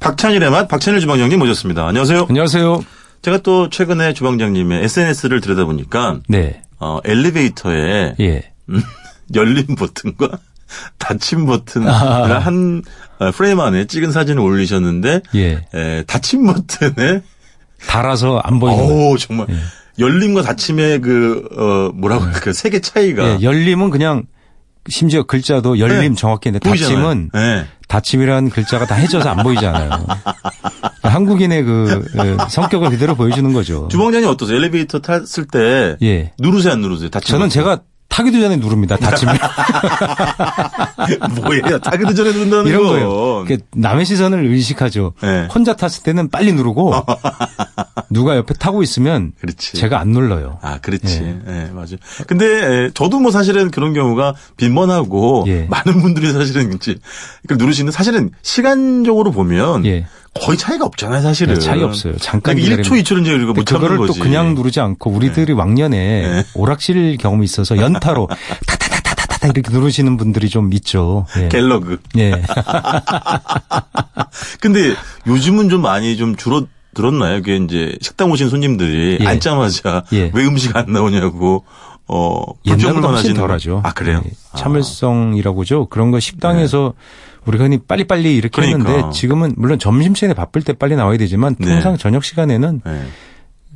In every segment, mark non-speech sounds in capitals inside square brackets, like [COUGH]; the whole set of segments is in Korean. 박찬일의 맛 박찬일 주방장님 모셨습니다. 안녕하세요. 안녕하세요. 제가 또 최근에 주방장님의 SNS를 들여다보니까 네. 어, 엘리베이터에 예. 열린 버튼과 [LAUGHS] 닫힌 버튼을 아. 한 어, 프레임 안에 찍은 사진을 올리셨는데 예. 에, 닫힌 버튼에 달아서 안 보이는. 예. 거. 오 정말 열림과 닫힘의 그 어, 뭐라고 할까 세계 차이가 예, 열림은 그냥 심지어 글자도 네. 열림 정확히 있는데 보이잖아요. 예. 닫힘은 네. 닫힘이라는 글자가 다 해져서 안 보이잖아요. [LAUGHS] 한국인의 그 예, 성격을 그대로 보여주는 거죠. 주방장님 어떠세요? 엘리베이터 탔을 때 예. 누르세요 안 누르세요? 닫힌 저는 제가 타기도 전에 [LAUGHS] 누릅니다. 닫힘을 버튼? [LAUGHS] 뭐예요? 닫기도 전에 누른다는 이런 거. 거예요. 그 이렇게 남의 시선을 의식하죠. 예. 혼자 탔을 때는 빨리 [LAUGHS] 누르고 누가 옆에 타고 있으면 그렇지. 제가 안 눌러요. 아, 그렇지. 예, 맞아요. 근데 에, 저도 뭐 사실은 그런 경우가 빈번하고 예. 많은 분들이 사실은 이제 그걸 누르시는 사실은 시간적으로 보면 예. 거의 차이가 없잖아요, 사실은. 네, 차이 없어요. 잠깐 그러니까 1초, 기다리면- 2초는 이제 우리가 근데 못 참는 그거를 거지. 또 그냥 누르지 않고 우리들이 왕년에 네. 오락실 경험이 있어서 연타로 타타타타타타 이렇게 누르시는 분들이 좀 있죠. 예. 갤러그. [LAUGHS] 예. 근데 요즘은 좀 많이 좀 줄어 들었나요? 그게 이제 식당 오신 손님들이 예. 앉자마자 예. 왜 음식 안 나오냐고 어 옛날보다 불평불만 훨씬 하시는 덜하죠. 아 그래요? 예. 참을성이라고죠. 그런 거 식당에서 우리가 흔히 빨리빨리 이렇게 그러니까. 했는데 지금은 물론 점심시간에 바쁠 때 빨리 나와야 되지만 네. 통상 저녁 시간에는 아, 예.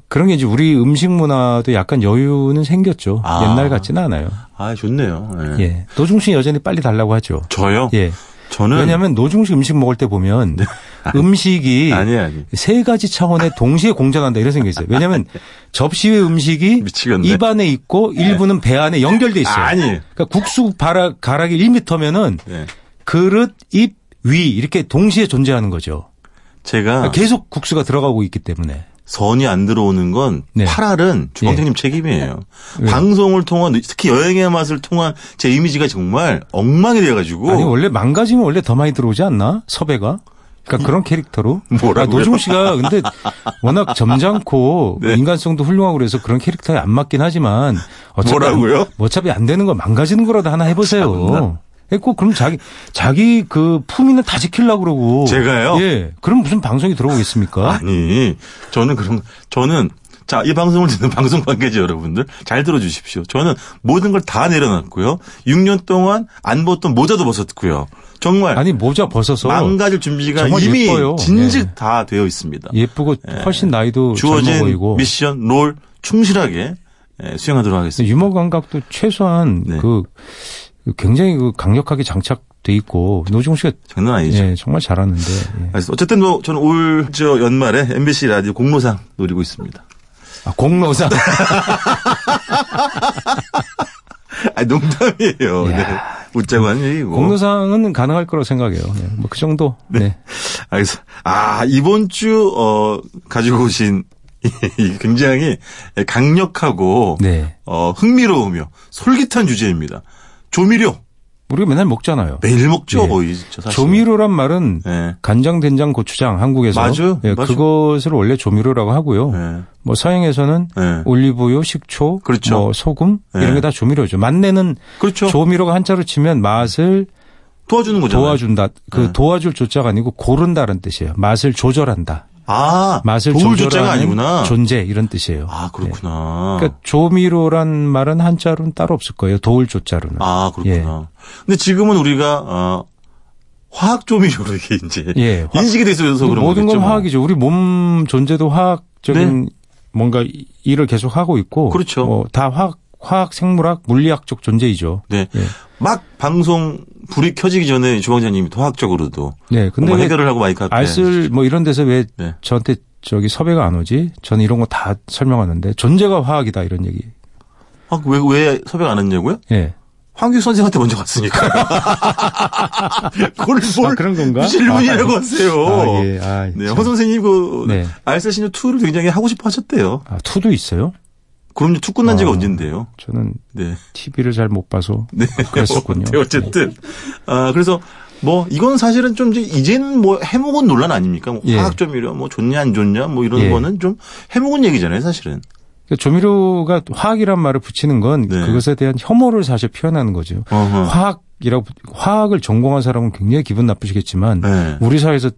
그런 게 이제 우리 음식 문화도 약간 여유는 생겼죠. 아. 옛날 같지는 않아요. 아, 좋네요. 예. 예. 노중식 여전히 빨리 달라고 하죠. 저요? 예. 저는 네. 왜냐하면 노중식 음식 먹을 때 보면 [LAUGHS] 음식이 아니 아니. 세 가지 차원에 동시에 공존한다 이런 생각이 [LAUGHS] 있어요. 왜냐하면 접시의 음식이 미치겠네. 입 안에 있고 일부는 배 안에 연결돼 있어요. 아니. 그러니까 국수 바락, 가락이 1m면은 예. 그릇, 입, 위 이렇게 동시에 존재하는 거죠. 제가 그러니까 아. 계속 국수가 들어가고 있기 때문에. 선이 안 들어오는 건 네. 파랄은 주방장님 책임이에요. 방송을 통한 특히 여행의 맛을 통한 제 이미지가 정말 엉망이 돼가지고 아니 원래 망가지면 원래 더 많이 들어오지 않나 서배가? 그러니까 그런 캐릭터로. [LAUGHS] 뭐라고요? 아, 노중 씨가 근데 워낙 [LAUGHS] 점잖고 네. 인간성도 훌륭하고 그래서 그런 캐릭터에 안 맞긴 하지만 어차피 뭐라고요? 안, 어차피 안 되는 거 망가지는 거라도 하나 해보세요. 예, 꼭 그럼 자기 자기 그 품위는 다 지키려고 그러고. 제가요? 예. 그럼 무슨 방송이 들어오겠습니까? 아니 저는 그런 저는 자 이 방송을 듣는 방송 관계자 여러분들 잘 들어주십시오. 저는 모든 걸 다 내려놨고요. 6년 동안 안 벗던 모자도 벗었고요. 정말 아니 모자 벗어서 망가질 준비가 정말 이미 예뻐요. 진즉 다 되어 있습니다. 예쁘고 훨씬 나이도 젊어 주어진 보이고. 미션 롤 충실하게 예, 수행하도록 근데 하겠습니다. 유머 감각도 최소한 네. 그 굉장히 그 강력하게 장착돼 있고 노종 씨가 장난 아니죠. 예, 정말 잘하는데 예. 알겠습니다. 어쨌든 뭐 저는 올 저 연말에 MBC 라디오 공로상 노리고 있습니다. [LAUGHS] 아, 공로상 아 농담이에요. 네. 웃자고 하는 얘기고. [LAUGHS] 공로상은 가능할 거라고 생각해요. 뭐 그 정도. 네. 알겠어. 아 이번 주 어, 가지고 오신 [LAUGHS] 이 굉장히 강력하고 네. 어, 흥미로우며 솔깃한 주제입니다. 조미료 우리가 맨날 먹잖아요. 매일 먹죠 예. 거의 진짜 네, 사실. 조미료란 말은 예. 간장, 된장, 고추장 한국에서 맞아요. 예, 맞아요. 그것을 원래 조미료라고 하고요. 예. 뭐 서양에서는 예. 올리브유, 식초, 그렇죠. 뭐 소금 이런 예. 게 다 조미료죠. 맛내는 그렇죠. 조미료가 한자로 치면 맛을 도와주는 거잖아요. 도와준다. 그 네. 도와줄 조자가 아니고 고른다는 뜻이에요. 맛을 조절한다. 아 맛을 도울 조절하는 조자가 아니구나. 존재 이런 뜻이에요. 아 그렇구나. 그러니까 조미료란 말은 한자로는 따로 없을 거예요. 도울 조자로는. 아 그렇구나. 예. 근데 지금은 우리가 어, 화학 조미료로 이게 이제 예, 화- 인식이 돼 있어서 네. 그런 거겠죠. 모든 뭐. 건 네. 화학이죠. 우리 몸 존재도 화학적인 뭔가 이- 일을 계속 하고 있고. 그렇죠. 뭐 다 화학, 화학, 생물학, 물리학적 존재이죠. 네. 예. 막 방송 불이 켜지기 전에 주방장님이 화학적으로도 네. 근데 뭔가 왜 해결을 하고 마이크 앞에 알쓸 뭐 이런 데서 왜 네. 저한테 저기 섭외가 안 오지? 저는 이런 거 다 설명하는데 존재가 화학이다 이런 얘기. 아, 왜, 왜 섭외 안 했냐고요? 예. 황규 선생한테 먼저 [LAUGHS] 갔으니까. 그걸 뭘 아, 그런 건가? 질문이라고 하세요. 아, 예. 아, 네, 참. 황 선생님 그 네. 알쓸 시즌 2를 굉장히 하고 싶어 하셨대요. 아, 투도 있어요? 그럼요. 2 끝난 지가 아. 언젠데요. 저는 네. TV를 잘 못 봐서 네. 그랬었군요. [LAUGHS] 네, 어쨌든. 아, 그래서 뭐, 이건 사실은 좀 이제 이제는 뭐 해묵은 논란 아닙니까? 뭐 예. 화학 조미료 뭐 좋냐 안 좋냐 뭐 이런 예. 거는 좀 해묵은 얘기잖아요, 사실은. 그러니까 조미료가 화학이란 말을 붙이는 건 네. 그것에 대한 혐오를 사실 표현하는 거죠. 어허. 화학이라고 화학을 전공한 사람은 굉장히 기분 나쁘시겠지만 네. 우리 사회에서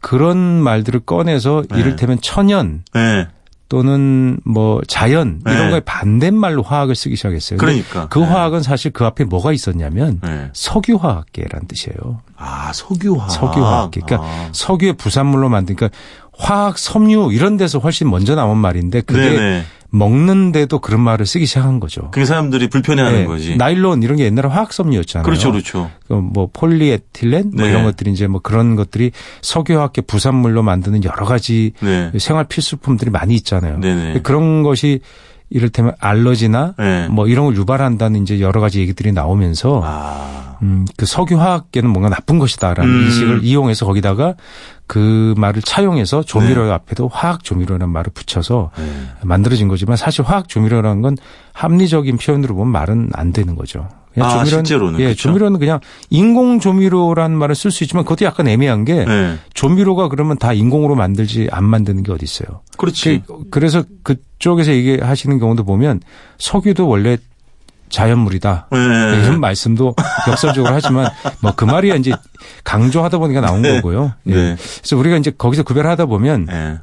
그런 말들을 꺼내서 네. 이를테면 천연 예. 또는 뭐 자연 이런 네. 거에 반대말로 화학을 쓰기 시작했어요. 근데 그러니까. 그 예. 화학은 사실 그 앞에 뭐가 있었냐면 예. 석유화학계란 뜻이에요. 아, 석유화. 석유화학계. 그러니까 아. 석유의 부산물로 만든 그러니까 화학 섬유 이런 데서 훨씬 먼저 나온 말인데 그게 네네. 먹는데도 그런 말을 쓰기 시작한 거죠. 그게 사람들이 불편해하는 네, 거지. 나일론 이런 게 옛날에 화학 섬유였잖아요. 그렇죠, 그렇죠. 그뭐 폴리에틸렌 뭐 네. 이런 것들이 이제 뭐 그런 것들이 석유화학계 부산물로 만드는 여러 가지 네. 생활 필수품들이 많이 있잖아요. 네네. 그런 것이 이를테면 알러지나 네. 뭐 이런 걸 유발한다는 이제 여러 가지 얘기들이 나오면서 아. 음, 그 석유화학계는 뭔가 나쁜 것이다라는 음. 인식을 이용해서 거기다가 그 말을 차용해서 조미료 앞에도 화학 조미료라는 말을 붙여서 네. 만들어진 거지만 사실 화학 조미료라는 건 합리적인 표현으로 보면 말은 안 되는 거죠. 아, 실제로는 예, 그렇죠. 조미료는 그냥 인공 조미료라는 말을 쓸 수 있지만 그것도 약간 애매한 게 네. 조미료가 그러면 다 인공으로 만들지 안 만드는 게 어디 있어요. 그렇지. 그, 래서 그쪽에서 얘기하시는 경우도 보면 석유도 원래 자연물이다. 예. 네, 이런 말씀도 역설적으로 하지만 뭐 그 말이 이제 강조하다 보니까 나온 네. 거고요. 예. 네. 그래서 우리가 이제 거기서 구별하다 보면 예.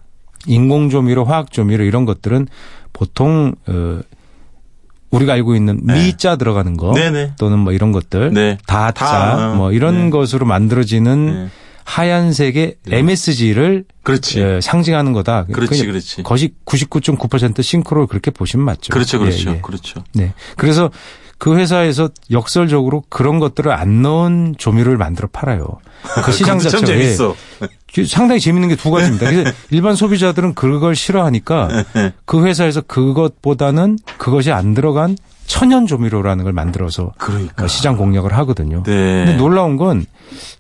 인공 조미료, 화학 조미료 이런 것들은 보통 어 우리가 알고 있는 네. 미자 들어가는 거 네네. 또는 뭐 이런 것들 네. 다자 다, 어, 뭐 이런 네. 것으로 만들어지는 네. 하얀색의 네. MSG를 그렇지. 상징하는 거다. 그렇지, 그렇지. 예. 거시 99.9% 싱크로를 그렇게 보시면 맞죠. 그렇죠, 그렇죠. 예, 예. 그렇죠. 네. 그래서 그 회사에서 역설적으로 그런 것들을 안 넣은 조미료를 만들어 팔아요. [LAUGHS] 그 시장 그것도 참 자체가 예, 재밌어. 그 상당히 재밌는 게 [LAUGHS] 두 가지입니다. 그래서 일반 소비자들은 그걸 싫어하니까 그 회사에서 그것보다는 그것이 안 들어간 천연 조미료라는 걸 만들어서 [LAUGHS] 그러니까. 시장 공략을 하거든요. 네. 근데 놀라운 건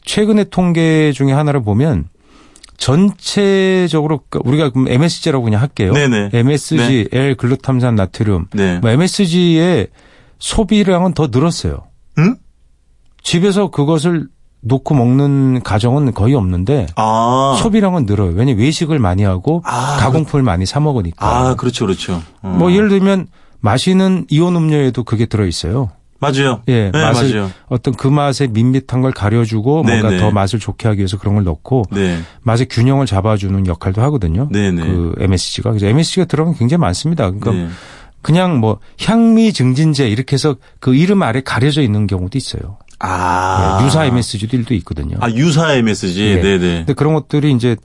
최근의 통계 중에 하나를 보면 전체적으로 그러니까 우리가 그럼 MSG라고 그냥 할게요. 네네. MSG, L 글루탐산 나트륨. 네. MSG의 뭐 소비량은 더 늘었어요. 응? 집에서 그것을 놓고 먹는 가정은 거의 없는데 아. 소비량은 늘어요. 왜냐면 외식을 많이 하고 아, 가공품을 많이 사 먹으니까. 아, 그렇죠, 그렇죠. 어. 뭐 예를 들면 마시는 이온 음료에도 그게 들어 있어요. 맞아요. 예, 네, 맛을 맞아요. 어떤 그 맛의 밋밋한 걸 가려주고 네, 뭔가 네. 더 맛을 좋게 하기 위해서 그런 걸 넣고 네, 맛의 균형을 잡아주는 역할도 하거든요. 네, 네. 그 MSG가 그래서 MSG가 들어가면 굉장히 많습니다. 그러니까 네. 그냥 뭐 향미 증진제 이렇게 해서 그 이름 아래 가려져 있는 경우도 있어요. 아. 예, 유사 MSG도 일도 있거든요. 아, 유사의 메시지. 네. 네, 네. 근데 그런 것들이 이제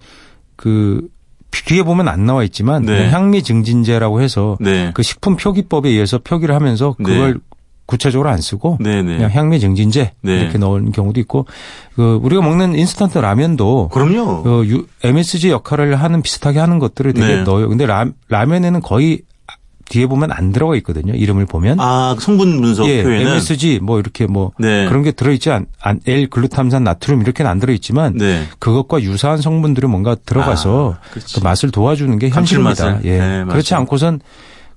그 뒤에 보면 안 나와 있지만 네. 향미 증진제라고 해서 네. 그 식품 표기법에 의해서 표기를 하면서 그걸 구체적으로 안 쓰고 네, 네. 그냥 향미 증진제 네. 이렇게 넣은 경우도 있고 그 우리가 먹는 인스턴트 라면도 그럼요. 어, 유- MSG 역할을 하는 비슷하게 하는 것들을 되게 네. 넣어요. 근데 라, 라면에는 거의 뒤에 보면 안 들어가 있거든요. 이름을 보면 아, 성분 분석 예, 표현은 MSG 뭐 이렇게 뭐 네. 그런 게 들어있지 않, 안, L 글루탐산 나트륨 이렇게는 안 들어있지만 네. 그것과 유사한 성분들이 뭔가 들어가서 아, 그렇지. 그 맛을 도와주는 게 현실입니다. 감칠맛을. 예. 네, 맞아요. 그렇지 않고선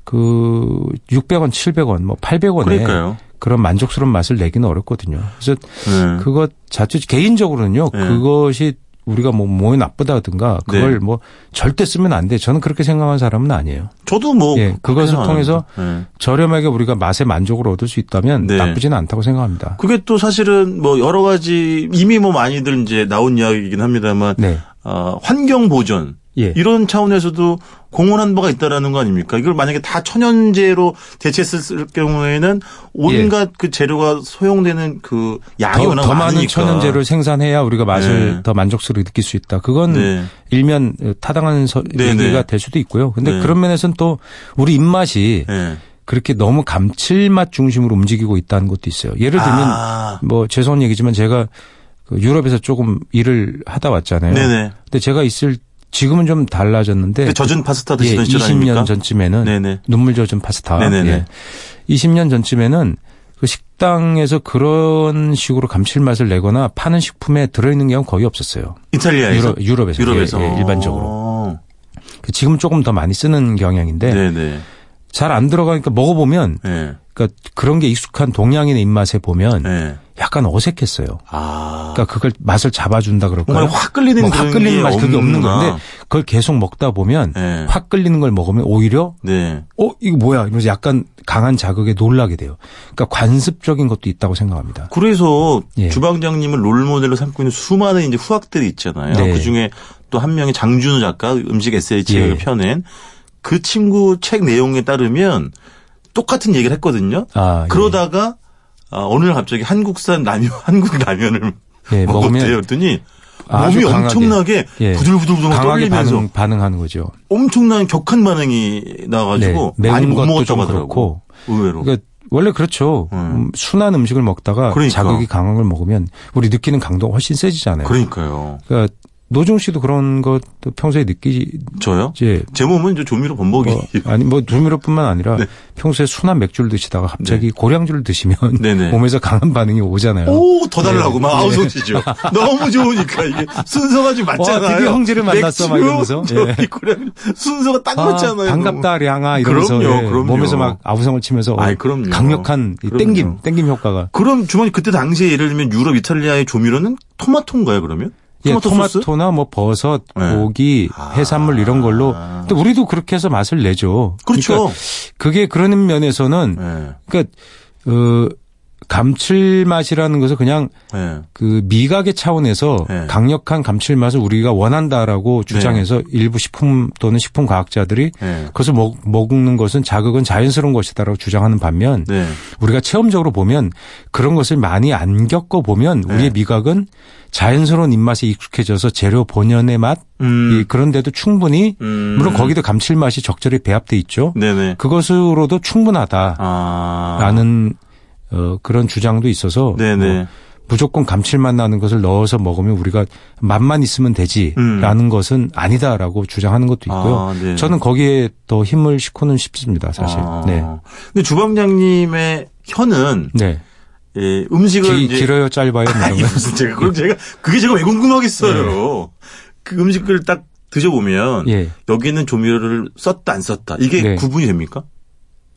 그 600원, 700원, 뭐 800원에 그러니까요. 그런 만족스러운 맛을 내기는 어렵거든요. 그래서 네. 그것 자체 개인적으로는요. 네. 그것이 우리가 뭐 몸에 나쁘다든가 그걸 네. 뭐 절대 쓰면 안 돼. 저는 그렇게 생각하는 사람은 아니에요. 저도 뭐 예, 그것을 생각 안 통해서 합니다. 네. 저렴하게 우리가 맛의 만족을 얻을 수 있다면 네. 나쁘지는 않다고 생각합니다. 그게 또 사실은 뭐 여러 가지 이미 뭐 많이들 이제 나온 이야기이긴 합니다만 네. 어, 환경 보존 예. 이런 차원에서도 공헌한 바가 있다라는 거 아닙니까? 이걸 만약에 다 천연재로 대체했을 경우에는 온갖 그 재료가 소용되는 그 양이 예. 더, 워낙 더 많으니까. 많은 천연재료를 생산해야 우리가 맛을 네. 더 만족스럽게 느낄 수 있다. 그건 네. 일면 어, 타당한 서, 네, 얘기가 네. 될 수도 있고요. 근데 네. 그런 면에서는 또 우리 입맛이 예. 그렇게 너무 감칠맛 중심으로 움직이고 있다는 것도 있어요. 예를 들면 아, 뭐 죄송한 얘기지만 제가 그 유럽에서 조금 일을 하다 왔잖아요. 네네. 근데 제가 있을 지금은 좀 달라졌는데 그 젖은 파스타 예, 드시던 시절 20년 아닙니까? 전쯤에는 네네. 눈물 젖은 파스타. 네네네. 예. 20년 전쯤에는 그 식당에서 그런 식으로 감칠맛을 내거나 파는 식품에 들어있는 경우 거의 없었어요. 이탈리아에서 유럽, 유럽에서. 네, 유럽에서 예, 예, 일반적으로. 어. 그 지금 조금 더 많이 쓰는 경향인데 네네. 잘 안 들어가니까 먹어보면 예. 그러니까 그런 게 익숙한 동양인의 입맛에 보면 예. 약간 어색했어요. 아. 그러니까 그걸 맛을 잡아준다 그럴까요? 정말 확 끌리는 뭐확 그런 끌리는 게 맛이 그게 없는 없는구나. 건데 그걸 계속 먹다 보면 예. 확 끌리는 걸 먹으면 오히려 네. 어 이거 뭐야 이러면서 약간 강한 자극에 놀라게 돼요. 그러니까 관습적인 것도 있다고 생각합니다. 그래서 예. 주방장님을 롤모델로 삼고 있는 수많은 이제 후학들이 있잖아요. 네. 그 중에 또 한 명이 장준우 작가 음식 에세이 책을 예. 펴낸 그 친구 책 내용에 따르면 똑같은 얘기를 했거든요. 아 예. 그러다가 아, 어느 날 갑자기 한국산 라면, [LAUGHS] 한국 라면을 예, 먹으면 먹었대요. 그랬더니 아주 몸이 강하게. 엄청나게 예. 부들부들부들 막 강하게 떨리면서 반응, 반응하는 거죠. 엄청난 격한 반응이 나가지고 네, 매운 많이 못 것도 먹었다고 좀 하더라고. 그렇고. 의외로. 그러니까 원래 그렇죠. 음. 음, 순한 음식을 먹다가 그러니까. 자극이 강한 걸 먹으면 우리 느끼는 강도가 훨씬 세지잖아요. 그러니까요. 그러니까 노종 씨도 그런 것도 평소에 느끼지 저요? 이제 제 몸은 이제 조미료 범벅이. [LAUGHS] 뭐, 아니 뭐 조미료뿐만 아니라 네. 평소에 순한 맥주를 드시다가 갑자기 고량주를 드시면 네네. 몸에서 강한 반응이 오잖아요. 오, 더 네. 달라고 막 [LAUGHS] 아우성치죠. 너무 좋으니까 이게 순서가 좀 맞잖아요. 와, 드디어 형제를 만났어, 막 맥주, 이러면서. 저기 예. 고량, 순서가 딱 아, 맞잖아요. 반갑다, 량아 이러면서 예, 그럼요, 그럼요. 몸에서 막 아우성을 치면서 어, 아이, 그럼요. 강력한 이 그럼요. 땡김, 땡김 효과가. 그럼 주머니 그때 당시에 예를 들면 유럽 이탈리아의 조미료는 토마토인가요 그러면? 예, 토마토 소스? 토마토나 뭐 버섯, 네. 고기, 해산물 이런 걸로. 아. 근데 우리도 그렇게 해서 맛을 내죠. 그렇죠. 그러니까 그게 그런 면에서는 예. 그러니까 어 감칠맛이라는 것을 그냥 예. 그 미각의 차원에서 네. 강력한 감칠맛을 우리가 원한다라고 주장해서 일부 식품 또는 식품 과학자들이 예. 그것을 먹, 먹는 것은 자극은 자연스러운 것이다라고 주장하는 반면 네. 우리가 체험적으로 보면 그런 것을 많이 안 겪어 보면 네. 우리의 미각은 자연스러운 입맛에 익숙해져서 재료 본연의 맛 음. 이 그런데도 충분히 음. 물론 거기도 감칠맛이 적절히 배합돼 있죠. 네네. 그것으로도 충분하다라는 아. 네, 어, 그런 주장도 있어서 네네. 뭐 무조건 감칠맛 나는 것을 넣어서 먹으면 우리가 맛만 있으면 음. 되지라는 것은 아니다라고 주장하는 것도 있고요. 아, 네. 저는 거기에 더 힘을 싣고는 싶습니다, 사실. 아. 네. 근데 주방장님의 혀는 네. 예, 음식을 기, 이제 길어요, 짧아요, 뭐 이런 아니 거. 네. 무슨 제가 그럼 제가 그게 제가 왜 궁금하겠어요. 그 음식을 딱 드셔보면 예. 여기는 조미료를 썼다 안 썼다 이게 네. 구분이 됩니까?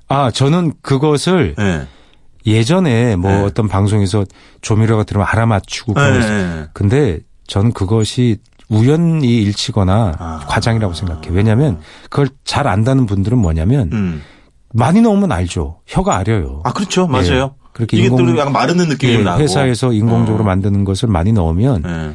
아, 저는 그것을 예. 예전에 뭐 네. 어떤 방송에서 조미료가 들으면 알아맞추고 예, 그런 예. 근데 저는 그것이 우연히 일치거나 아. 과장이라고 생각해요. 왜냐하면 그걸 잘 안다는 분들은 뭐냐면 음. 많이 넣으면 알죠. 혀가 아려요. 아 그렇죠 맞아요. 예, 그렇게 이게 인공- 또 약간 마르는 느낌이 예, 나고 회사에서 인공적으로 어. 만드는 것을 많이 넣으면 예.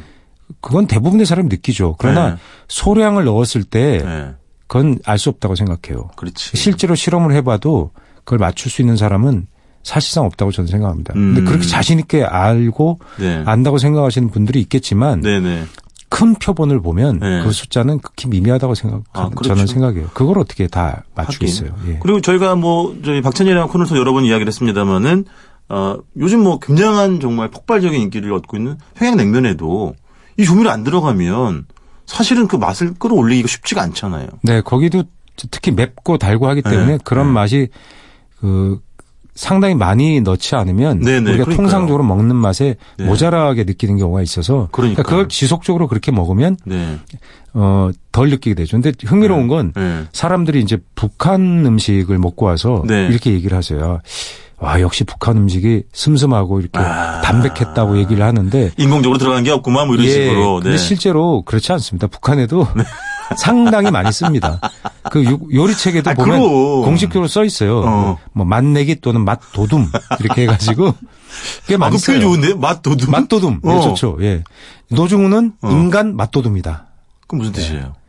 그건 대부분의 사람이 느끼죠. 그러나 네. 소량을 넣었을 때 예. 그건 알 수 없다고 생각해요. 그렇지. 네. 실제로 실험을 해봐도 그걸 맞출 수 있는 사람은 사실상 없다고 저는 생각합니다. 근데 음. 그렇게 자신 있게 알고 네. 안다고 생각하시는 분들이 있겠지만 네네. 큰 표본을 보면 네. 그 숫자는 극히 미미하다고 생각 아, 그렇죠. 저는 생각해요. 그걸 어떻게 다 맞추겠어요. 예. 그리고 저희가 뭐 저희 박찬일이랑 코너에서 여러 번 이야기를 했습니다마는 어, 요즘 뭐 굉장한 정말 폭발적인 인기를 얻고 있는 평양냉면에도 이 조미료 안 들어가면 사실은 그 맛을 끌어올리기가 쉽지가 않잖아요. 네, 거기도 특히 맵고 달고 하기 때문에 네, 그런 네. 맛이 그 상당히 많이 넣지 않으면 네, 네, 우리가 그러니까요. 통상적으로 먹는 맛에 네. 모자라게 느끼는 경우가 있어서 그러니까요. 걸 지속적으로 그렇게 먹으면 네. 어 덜 느끼게 되죠. 근데 흥미로운 건 네. 사람들이 이제 북한 음식을 먹고 와서 네. 이렇게 얘기를 하세요. 와 역시 북한 음식이 슴슴하고 이렇게 아. 담백했다고 얘기를 하는데 예, 인공적으로 들어간 게 없구만 뭐 이런 식으로. 근데 네. 실제로 그렇지 않습니다. [LAUGHS] 북한에도 상당히 많이 씁니다. 그 요- 요리책에도 아, 보면 그럼. 공식적으로 써 있어요. 어. 뭐 맛내기 또는 맛도둠 이렇게 [LAUGHS] 해가지고 꽤 아, 많이 그 표현 써요. 좋은데? 맛도둑? 맛도둠 예, 어. 좋죠. 예. 노중우는 어. 인간 맛도둠이다. 뭐, 그 무슨 뜻이에요? 예.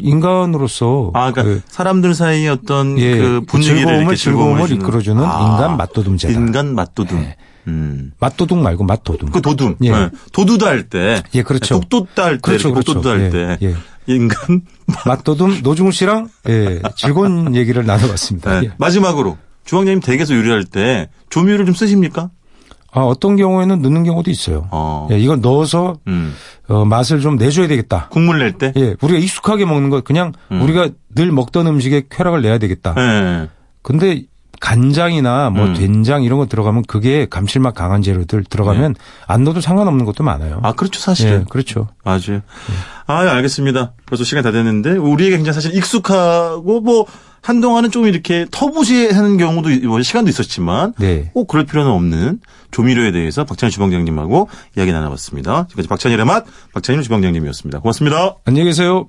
인간으로서 아, 그러니까 그, 사람들 사이의 어떤 예, 그 분위기를 이렇게 즐거움을 즐거움을 주는. 아, 이끌어주는 인간 맛도둠제다. 인간 맛도둠. 음. 맛도둠 말고 맛도둠. 그 도둠. 예. 네. 도두다 할 때. 예, 그렇죠. 네, 독도다 할 때. 그렇죠, 이렇게 독도다 할 그렇죠. 때. 예, 예. 인간. 맛도둠 노중우 씨랑 예, [LAUGHS] 즐거운 얘기를 나눠봤습니다. 네. 예. 마지막으로. 주방장님 댁에서 요리할 때 조미료를 좀 쓰십니까? 아, 어떤 경우에는 넣는 경우도 있어요. 어. 예, 이걸 넣어서 음. 어, 맛을 좀 내줘야 되겠다. 국물 낼 때? 예, 우리가 익숙하게 먹는 것 그냥 음. 우리가 늘 먹던 음식에 쾌락을 내야 되겠다. 예. 근데 간장이나 뭐 음. 된장 이런 거 들어가면 그게 감칠맛 강한 재료들 들어가면 안 넣어도 상관없는 것도 많아요. 네. 아, 그렇죠, 예, 사실은. 그렇죠. 맞아요. 아, 알겠습니다. 벌써 시간 다 됐는데 우리에게 굉장히 사실 익숙하고 뭐 한동안은 좀 이렇게 터부시 하는 경우도 이번 뭐 시간도 있었지만 네. 꼭 그럴 필요는 없는 조미료에 대해서 박찬일 주방장님하고 이야기 나눠봤습니다. 지금까지 박찬일의 맛, 박찬일 주방장님이었습니다. 고맙습니다. 안녕히 계세요.